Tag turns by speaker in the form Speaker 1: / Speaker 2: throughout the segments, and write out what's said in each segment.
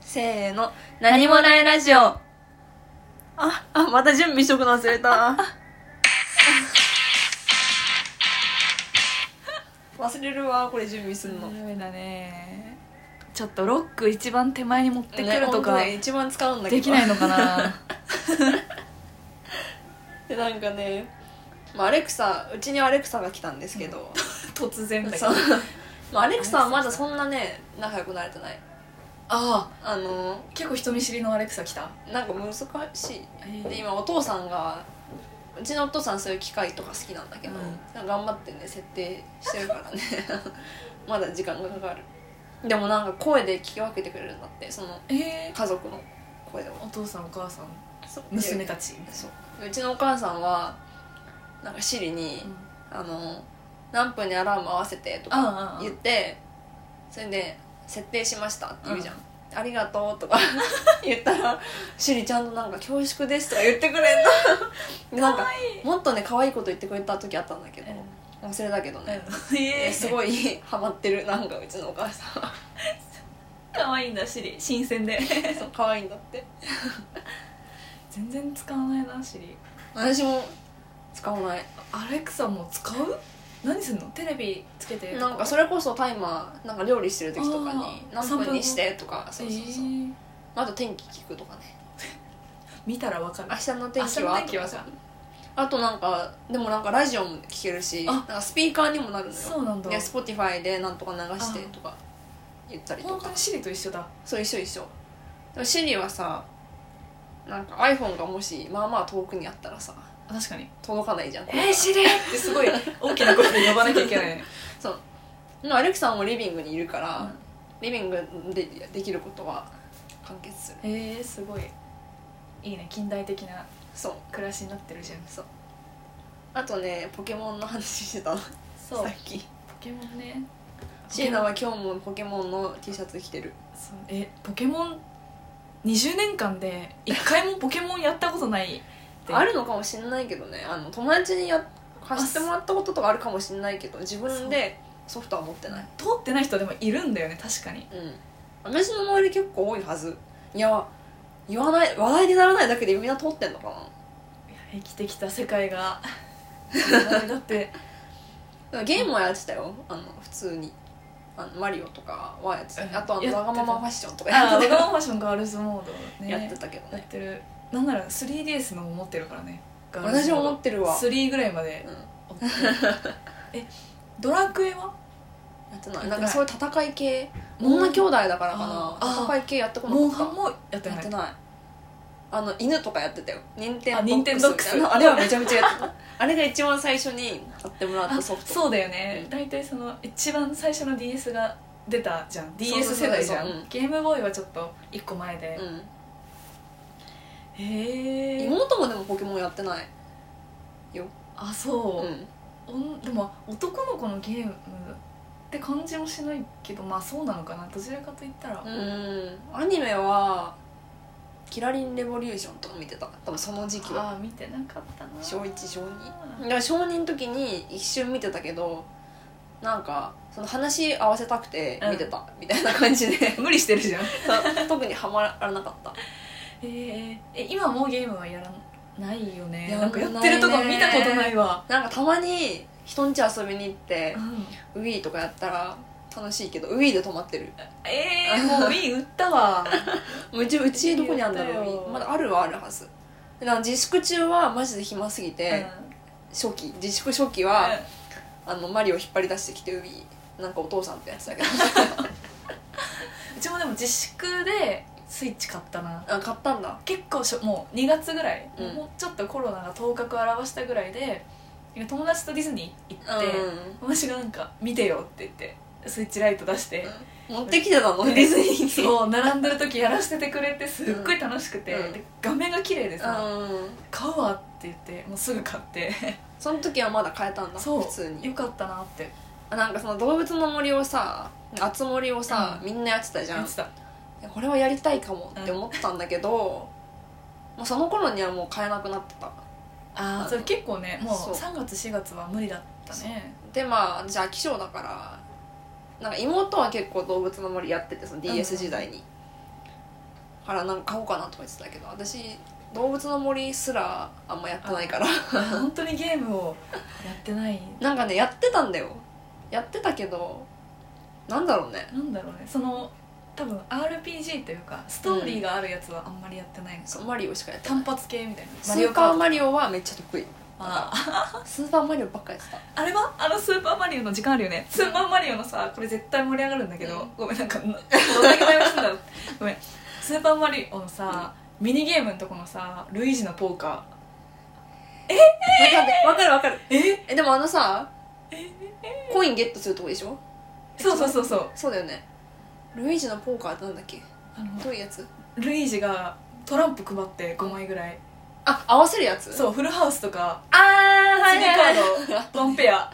Speaker 1: せーの何もないラジオあ
Speaker 2: あ、また準備しとくの忘れた。 忘れるわ、これ準備すんの。
Speaker 1: いだねちょっとロック一番手前に持ってくるとか
Speaker 2: ね本当ね一番使うんだけど。
Speaker 1: できないのかな
Speaker 2: でなんかね、まあ、アレクサ、うちにアレクサが来たんですけど、
Speaker 1: 突然
Speaker 2: そう。まあ、アレクサはまだそんなね、仲良くなれてない。
Speaker 1: ああ
Speaker 2: あの、
Speaker 1: 結構人見知りのアレクサ来た
Speaker 2: なんか難しい。で、今お父さんが、うちのお父さんそういう機械とか好きなんだけど、
Speaker 1: うん
Speaker 2: なんか頑張ってね、設定してるからね、 まだ時間がかかる。でもなんか声で聞き分けてくれるんだって、その、
Speaker 1: ええ
Speaker 2: 家族の声を
Speaker 1: お父さんお母さん娘たち
Speaker 2: そううちのお母さんはなんかシリに、あの「何分にアラーム合わせて」とか
Speaker 1: あ
Speaker 2: 言ってそれで「設定しました」って言うじゃん「ありがとう」とか 言ったらシリちゃんとなんか「恐縮です」とか言ってくれんのでなん かもっとね可愛いこと言ってくれた時あったんだけど忘れたけどね、
Speaker 1: え
Speaker 2: えす
Speaker 1: い
Speaker 2: ごいハマってるなんかうちのお母さんは
Speaker 1: 可愛いんだシリ新鮮で
Speaker 2: そう可愛いんだって
Speaker 1: 全然使わないなシリ
Speaker 2: 私も使わない
Speaker 1: アレクサも使う何すんのテレビつけてと
Speaker 2: なんかそれこそタイマーなんか料理してる時とかに
Speaker 1: あー
Speaker 2: 何分にしてとか
Speaker 1: そ
Speaker 2: そう
Speaker 1: う
Speaker 2: そ
Speaker 1: そうう
Speaker 2: そ
Speaker 1: そうう、
Speaker 2: あと天気聞くとかね
Speaker 1: 見たらわかる
Speaker 2: 明日の
Speaker 1: 明
Speaker 2: 天
Speaker 1: 日
Speaker 2: 気
Speaker 1: の
Speaker 2: は
Speaker 1: 天気はさ
Speaker 2: あとなんかでもなんかラジオも聞けるし
Speaker 1: あ
Speaker 2: なんかスピーカーにもなるのよ
Speaker 1: そうなんだ
Speaker 2: で Spotify でなんとか流してとか言ったりと
Speaker 1: 本当
Speaker 2: か
Speaker 1: にシリと一緒だ
Speaker 2: そう一緒一緒でも Siri はさなんか iPhone がもしまあまあ遠くにあったらさ
Speaker 1: 確かに
Speaker 2: 届かないじゃん
Speaker 1: えー、シリってすごい大きな声で呼ばなきゃいけないね
Speaker 2: でもアレクサもリビングにいるから、
Speaker 1: うん
Speaker 2: リビングでできることは完結する
Speaker 1: えー、すごいいいね近代的な
Speaker 2: そう
Speaker 1: 暮らしになってるじゃん
Speaker 2: あとねポケモンの話してたのさ
Speaker 1: そポ
Speaker 2: っき
Speaker 1: ケモンね
Speaker 2: 椎名は今日もポケモンの T シャツ着てる
Speaker 1: そうえポケモン20年間で一回もポケモンやったこと ないで
Speaker 2: あるのかもしんないけどねあの友達にや貸してもらったこととかあるかもしんないけど自分でソフトは持ってない
Speaker 1: 通ってない人でもいるんだよね確かに
Speaker 2: うん私の周り結構多いはずいや言わない話題にならないだけでみんな通ってんのか
Speaker 1: 生きてきた世界 がだって
Speaker 2: なゲームはやってたよあの普通にあのマリオとかはやってたあとあ
Speaker 1: や
Speaker 2: の
Speaker 1: ってた
Speaker 2: わがままファッションとか
Speaker 1: あ
Speaker 2: や
Speaker 1: あ
Speaker 2: っ
Speaker 1: ド
Speaker 2: て
Speaker 1: ラ
Speaker 2: た
Speaker 1: ゴンファッションガールズモードね
Speaker 2: やってたけど
Speaker 1: やっ
Speaker 2: ね
Speaker 1: てるなんなら 3DS のも持ってるからねガール
Speaker 2: 私
Speaker 1: ズ
Speaker 2: も
Speaker 1: モード
Speaker 2: 思ってるわ
Speaker 1: 3ぐらいまで
Speaker 2: うんや
Speaker 1: 追ってえドラクエは
Speaker 2: ってないなんかそういう戦い系
Speaker 1: モン
Speaker 2: 女兄弟だから
Speaker 1: あ
Speaker 2: か
Speaker 1: ー
Speaker 2: な戦い系やってこな
Speaker 1: モンハ
Speaker 2: か
Speaker 1: ン
Speaker 2: っ
Speaker 1: もやったて
Speaker 2: やっ
Speaker 1: ない
Speaker 2: てないあの犬とかやってたよ任天
Speaker 1: あ任天堂
Speaker 2: 堂みたいなあれはめちゃめちゃやってた あれが一番最初に買ってもらった
Speaker 1: あ
Speaker 2: ソフト
Speaker 1: そうだよね
Speaker 2: うん
Speaker 1: 大体その一番最初の DS が出たじゃん
Speaker 2: うそうそう
Speaker 1: DS 世代じゃん
Speaker 2: うん
Speaker 1: ゲームボーイはちょっと一個前で、
Speaker 2: うん
Speaker 1: へえ
Speaker 2: 妹もでもポケモンやってない
Speaker 1: あ
Speaker 2: う
Speaker 1: そ
Speaker 2: ん
Speaker 1: う、おん、でも男の子のゲームって感じもしないけどまあそうなのかなどちらかといったら、
Speaker 2: うんアニメは「キラリンレボリューション」とか見てた多分その時期は
Speaker 1: ああ見てなかったな
Speaker 2: 小1小2だから小2の時に一瞬見てたけどなんかその話合わせたくて見てた、みたいな感じで
Speaker 1: 無理してるじゃんへ
Speaker 2: 特にはまらなかった
Speaker 1: ええ今もうゲームはやらないよね
Speaker 2: やん
Speaker 1: なんかやってるとこ見たことないわ
Speaker 2: なんかたまに人ん家遊びに行って
Speaker 1: う、ん
Speaker 2: Wii とかやったら楽しいけど Wii で止まってる
Speaker 1: ええもういい売ったわ
Speaker 2: うちうちどこにあるんだ
Speaker 1: や
Speaker 2: ろ
Speaker 1: っ
Speaker 2: う
Speaker 1: たよ
Speaker 2: Wii まだあるはあるはずでなんか自粛中はマジで暇すぎて、初期自粛初期
Speaker 1: うん
Speaker 2: は、あのマリオ引っ張り出してきて Wii なんかお父さんってやつだけ ど
Speaker 1: うちもでも自粛でスイッチ買ったな
Speaker 2: あ買ったんだ
Speaker 1: 結構しょもう2月ぐらい、
Speaker 2: うん
Speaker 1: もうちょっとコロナが頭角を現したぐらいで友達とディズニー行って、
Speaker 2: う
Speaker 1: 私がなんか「見てよ」って言ってスイッチライト出して、
Speaker 2: ん持ってきてたのディズニーに
Speaker 1: そう並んでる時やらせてくれてすっごい楽しくて、
Speaker 2: うん
Speaker 1: で画面が綺麗 で
Speaker 2: う
Speaker 1: さ「
Speaker 2: ん
Speaker 1: 買うわ」って言ってもうすぐ買って
Speaker 2: その時はまだ買えたんだ
Speaker 1: そう
Speaker 2: 普通に
Speaker 1: よかったなって
Speaker 2: あなんかその動物の森をさあつ森をさ、
Speaker 1: うん
Speaker 2: みんなやってたじゃ
Speaker 1: 言
Speaker 2: ん
Speaker 1: ってた
Speaker 2: これはやりたいかもって思ったんだけど、もうその頃にはもう買えなくなってた
Speaker 1: あ
Speaker 2: ー
Speaker 1: それ結構ねもう
Speaker 2: そう
Speaker 1: 3月4月は無理だったね
Speaker 2: でまあ私飽き性だからなんか妹は結構動物の森やっててその DS 時代に、からなんか買おうかなとか言ってたけど私動物の森すらあんまやってないから
Speaker 1: 本当にゲームをやってない
Speaker 2: なんかねやってたんだよやってたけどなんだろうね
Speaker 1: なんだろうねその多分 RPG というかストーリーがあるやつはあんまりやってないのか、
Speaker 2: そうマリオしかやってない
Speaker 1: 単発系みたいな
Speaker 2: スーパー
Speaker 1: リ
Speaker 2: マリオはめっちゃ得意
Speaker 1: オあ
Speaker 2: スーパーマリオばっかやってた
Speaker 1: あれはあのスーパーマリオの時間あるよねスーパーマリオのさこれ絶対盛り上がるんだけど、
Speaker 2: うん
Speaker 1: ごめんなんかな どんだけ悩ましいんだろうごめんスーパーマリオのさ、ミニゲームのとこのさルイージのポーカ
Speaker 2: わかるわかるわかる
Speaker 1: ーえ
Speaker 2: えでもあのさコインゲットするとこでしょ
Speaker 1: そうそうそうそう
Speaker 2: そうだよねルイージのポーカーってなんだっけ
Speaker 1: あの
Speaker 2: どういうやつ
Speaker 1: ルイージがトランプ配って5枚ぐらい
Speaker 2: あ合わせるやつ
Speaker 1: そうフルハウスとか
Speaker 2: ああ
Speaker 1: スニーカ
Speaker 2: い
Speaker 1: ードワン ペア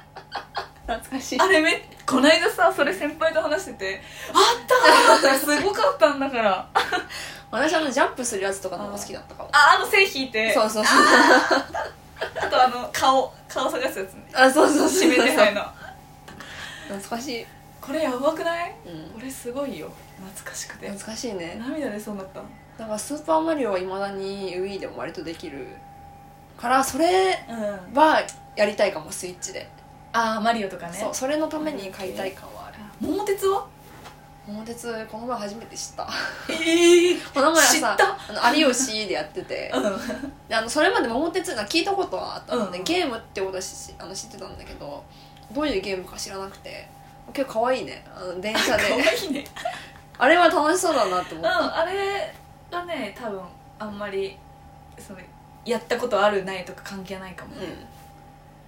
Speaker 2: 懐かしい
Speaker 1: あれめこないださそれ先輩と話してて「あったー!」ってすごかったんだからあ
Speaker 2: 私あのジャンプするやつとかの方が好きだったかも
Speaker 1: あの線引いて
Speaker 2: そうそうそう
Speaker 1: あとあの顔顔探すやつね
Speaker 2: あそうそうそう
Speaker 1: 指名手配の
Speaker 2: 懐かしい、
Speaker 1: これやばくない
Speaker 2: うん、
Speaker 1: これすごいよ懐かしくて
Speaker 2: 懐かしいね
Speaker 1: 涙出そうになった
Speaker 2: だからスーパーマリオはいまだに Wii でも割とできるからそれ
Speaker 1: うん
Speaker 2: はやりたいかもスイッチで、
Speaker 1: ああマリオとかね
Speaker 2: そうそれのために買いたい感はある
Speaker 1: あ桃鉄は
Speaker 2: 桃鉄この前初めて知った
Speaker 1: ええ
Speaker 2: この前は
Speaker 1: 知っ
Speaker 2: さ
Speaker 1: た
Speaker 2: あの有吉でやってて
Speaker 1: うん
Speaker 2: であのそれまで桃鉄なんか聞いたことはあったので、
Speaker 1: うん
Speaker 2: ゲームってことはしあの知ってたんだけどどういうゲームか知らなくて結構可愛いねあの電車
Speaker 1: 可
Speaker 2: で
Speaker 1: 愛いね
Speaker 2: あれは楽しそうだなと思
Speaker 1: う
Speaker 2: っ
Speaker 1: ん
Speaker 2: て、
Speaker 1: あれがね多分あんまりそのやったことあるないとか関係ないかも、
Speaker 2: うん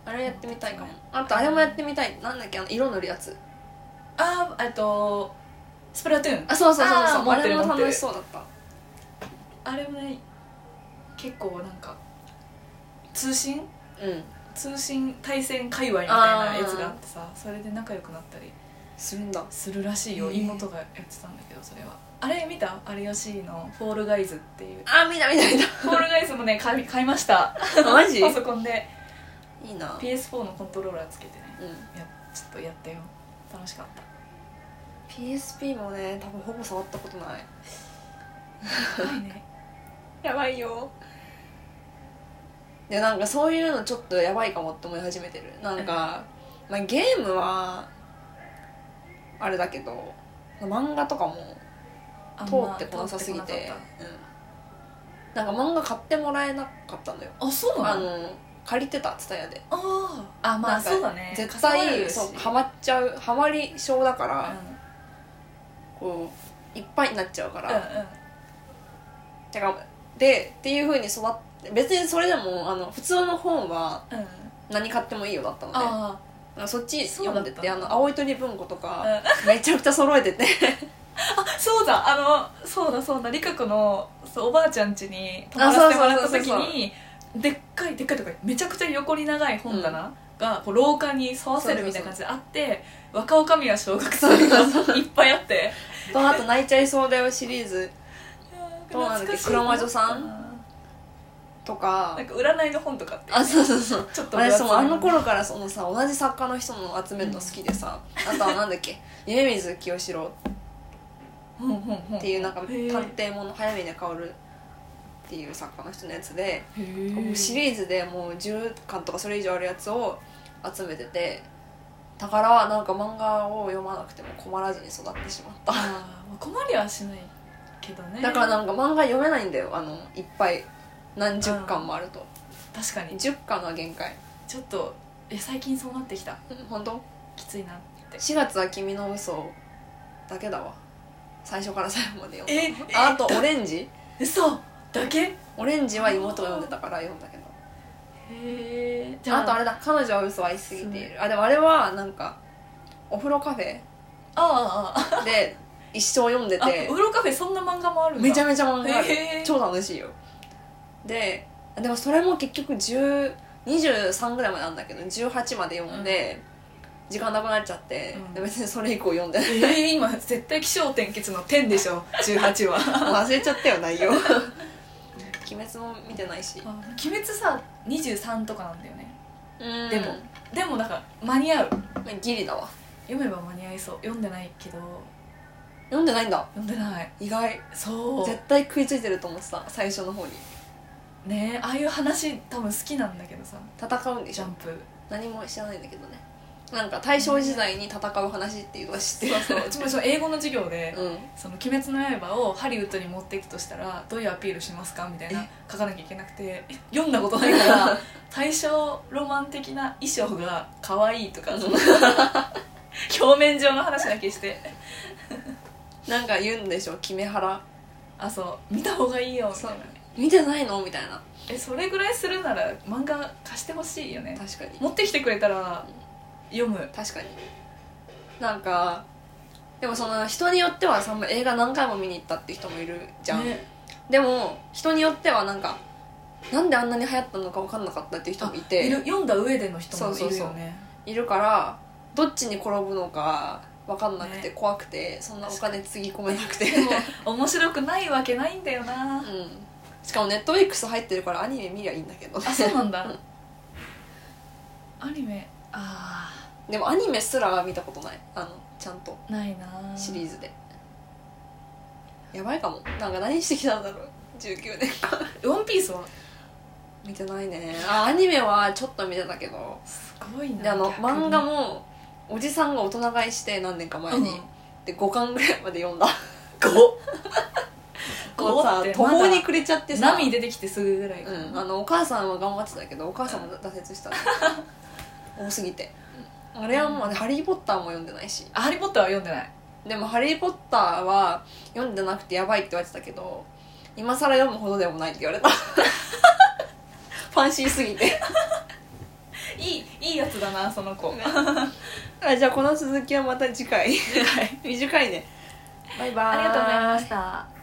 Speaker 2: あれやってみたいかもあとあれもやってみたいなんだっけあの色塗るやつ
Speaker 1: ああえっとスプラトゥーン
Speaker 2: あそうそうそうそう
Speaker 1: あー
Speaker 2: あ
Speaker 1: 持ってる
Speaker 2: れも
Speaker 1: 持ってる
Speaker 2: 楽しそうだった
Speaker 1: あれもね結構なんか通信
Speaker 2: うん
Speaker 1: 通信対戦界隈みたいなやつがあってさそれで仲良くなったり
Speaker 2: するんだ
Speaker 1: するらしいよ、
Speaker 2: へえ
Speaker 1: 妹がやってたんだけどそれはあれ見た有吉の「フォールガイズ」っていう
Speaker 2: あ見た見た見
Speaker 1: フォールガイズもね買い買いました
Speaker 2: たマジ い
Speaker 1: パソコンで
Speaker 2: いな
Speaker 1: PS4 のコントローラーつけてね
Speaker 2: うん
Speaker 1: やちょっとやったよ楽しかった
Speaker 2: PSP もね多分ほぼ触ったことない
Speaker 1: はいね
Speaker 2: やばいよでなんかそういうのちょっとやばいかもって思い始めてるなんか、まあ、ゲームはあれだけど漫画とかも
Speaker 1: あん
Speaker 2: 通
Speaker 1: ま
Speaker 2: ってこなさすぎ
Speaker 1: 通って
Speaker 2: て
Speaker 1: こなかっ
Speaker 2: うん、なんか漫画買ってもらえなかったのよ、
Speaker 1: たあそうな
Speaker 2: あ
Speaker 1: の
Speaker 2: の借りてた TSUTAYA で
Speaker 1: あーあま
Speaker 2: な
Speaker 1: あ
Speaker 2: んか
Speaker 1: そうだね
Speaker 2: 絶
Speaker 1: 重なる
Speaker 2: 対
Speaker 1: し
Speaker 2: そうハマっちゃうハマり症だか
Speaker 1: うん
Speaker 2: ら、こういっぱいになっちゃうから、
Speaker 1: うんうん
Speaker 2: てかでっていうふうに育って別にそれでもあの普通の本は
Speaker 1: うん、
Speaker 2: 何買ってもいいよだったので
Speaker 1: あ
Speaker 2: あそっち
Speaker 1: そうだ
Speaker 2: 読
Speaker 1: っ
Speaker 2: ん
Speaker 1: た
Speaker 2: でてあの青い鳥文庫とか、
Speaker 1: あ、
Speaker 2: めちゃくちゃ揃えて て
Speaker 1: そうだあのそうだそうだ理香子のそうおばあちゃん家に泊まら
Speaker 2: あ
Speaker 1: せ
Speaker 2: そう
Speaker 1: ても
Speaker 2: そう
Speaker 1: らっ
Speaker 2: そ
Speaker 1: た
Speaker 2: うそう
Speaker 1: 時にでっかいでっかいとかめちゃくちゃ横に長い本棚、がこう廊下に沿わせるみたいな感じであって若女将は小学生がいっぱい あって
Speaker 2: とあと「泣いちゃいそうだよ」シリーズそうなんだっけ
Speaker 1: 懐かしい
Speaker 2: 黒魔女さんとか
Speaker 1: なんか占いの本とかって
Speaker 2: あそうそうそう
Speaker 1: ちょっと分
Speaker 2: 私
Speaker 1: 厚め
Speaker 2: もあの頃からそのさ同じ作家の人の集めるの好きでさ、あとはなんだっけ夢水清志郎
Speaker 1: ほんほんほん
Speaker 2: っていうなんか探
Speaker 1: へえ
Speaker 2: 偵もの早見薫っていう作家の人のやつで
Speaker 1: へえ
Speaker 2: もうシリーズでもう10巻とかそれ以上あるやつを集めててだからなんか漫画を読まなくても困らずに育ってしまった
Speaker 1: あーまあ困りはしないけどね
Speaker 2: だからなんか漫画読めないんだよあのいっぱい何十巻もあると
Speaker 1: 確かに
Speaker 2: 10巻が限界
Speaker 1: ちょっといや最近そうなってきた
Speaker 2: うん本当
Speaker 1: きついなって
Speaker 2: 4月は「君の嘘だけだわ最初から最後まで読んだ
Speaker 1: え
Speaker 2: ああと「オレンジ
Speaker 1: 嘘だけへ」
Speaker 2: 「オレンジ」は妹が読んでたから読んだけど
Speaker 1: えじゃあ
Speaker 2: あとあれだ「彼女は嘘を愛しすぎている」あでもあれはなんかお風呂カフェ
Speaker 1: ああ
Speaker 2: で一生読んで
Speaker 1: ああ
Speaker 2: て
Speaker 1: ウロカフェそんな漫画もあるんだ
Speaker 2: めちゃめちゃ漫画ある
Speaker 1: へー
Speaker 2: 超楽しいよででもそれも結局10 23ぐらいまであるんだけど18まで読んで、時間なくなっちゃって、
Speaker 1: うん
Speaker 2: で別にそれ以降読んで ない
Speaker 1: えー、今絶対起承転結の10でしょ18は
Speaker 2: 忘れちゃったよ内容 鬼滅も見てないし
Speaker 1: あ鬼滅さ23とかなんだよね
Speaker 2: うん
Speaker 1: でもでもなんか間に合う
Speaker 2: ギリだわ
Speaker 1: 読めば間に合いそう読んでないけど
Speaker 2: 読んでないんだ
Speaker 1: 読んでない
Speaker 2: 意外
Speaker 1: そ
Speaker 2: 絶対食いついてると思ってた最初の方に
Speaker 1: うねああいう話多分好きなんだけどさ
Speaker 2: 戦うんでし
Speaker 1: ジ
Speaker 2: ょ
Speaker 1: ャンプ
Speaker 2: 何も知らないんだけどねなんか大正時代に戦う話っていうのは知ってる
Speaker 1: そう そううちもその英語の授業で
Speaker 2: うん
Speaker 1: 「その鬼滅の刃」をハリウッドに持っていくとしたらどういうアピールしますかみたいな
Speaker 2: え
Speaker 1: 書かなきゃいけなくてえ読んだことない から対象ロマン的な衣装が可愛いとかその 表面上の話だけして
Speaker 2: なんか言うんでしょ「キメハラ
Speaker 1: あそう見た方がいいよみたいな
Speaker 2: そう見てないの?」みたいな
Speaker 1: えそれぐらいするなら漫画貸してほしいよね
Speaker 2: 確かに
Speaker 1: 持ってきてくれたら読む
Speaker 2: 確かになんかでもその人によってはさ映画何回も見に行ったって人もいるじゃん、
Speaker 1: ね
Speaker 2: でも人によってはなんかなんであんなに流行ったのか分かんなかったっていう人もいて
Speaker 1: い
Speaker 2: い
Speaker 1: る
Speaker 2: る
Speaker 1: 読んだ上での人もいるよ
Speaker 2: そ
Speaker 1: ね
Speaker 2: うそうそうからどっちに転ぶのか分かんなくて
Speaker 1: ね
Speaker 2: 怖くて、そんなお金つぎ込めなくて、
Speaker 1: でも 面白くないわけないんだよな
Speaker 2: うんしかもネットフリックス入ってるからアニメ見りゃいいんだけど
Speaker 1: あそうなんだ
Speaker 2: うん
Speaker 1: アニメあ
Speaker 2: でもアニメすら見たことないあのちゃんと
Speaker 1: あないな
Speaker 2: シリーズでやばいかもなんか何してきたんだろう19年間
Speaker 1: ワンピースは
Speaker 2: 見てないねあアニメはちょっと見てたけど
Speaker 1: すごいな
Speaker 2: であの
Speaker 1: 逆に
Speaker 2: 漫画もおじさんが大人買いして何年か前に、
Speaker 1: うん
Speaker 2: で5巻ぐらいまで読ん だこう
Speaker 1: こ
Speaker 2: さ
Speaker 1: うって
Speaker 2: 途
Speaker 1: ま
Speaker 2: 方
Speaker 1: だ
Speaker 2: に暮れちゃってさ
Speaker 1: 波出てきてすぐぐらいか
Speaker 2: う、
Speaker 1: なん
Speaker 2: あのお母さんは頑張ってたけどお母さんも挫折 した、多すぎてあれはもう、ハリー・ポッター」も読んでないし
Speaker 1: あハリー・ポッターは読んでない
Speaker 2: でも「ハリー・ポッター」は読んでなくてやばいって言われてたけど今更読むほどでもないって言われたファンシーすぎて
Speaker 1: いいいいやつだなその子、
Speaker 2: あじゃあこの続きはまた次回 短いねバイバーイ
Speaker 1: ありがとうございました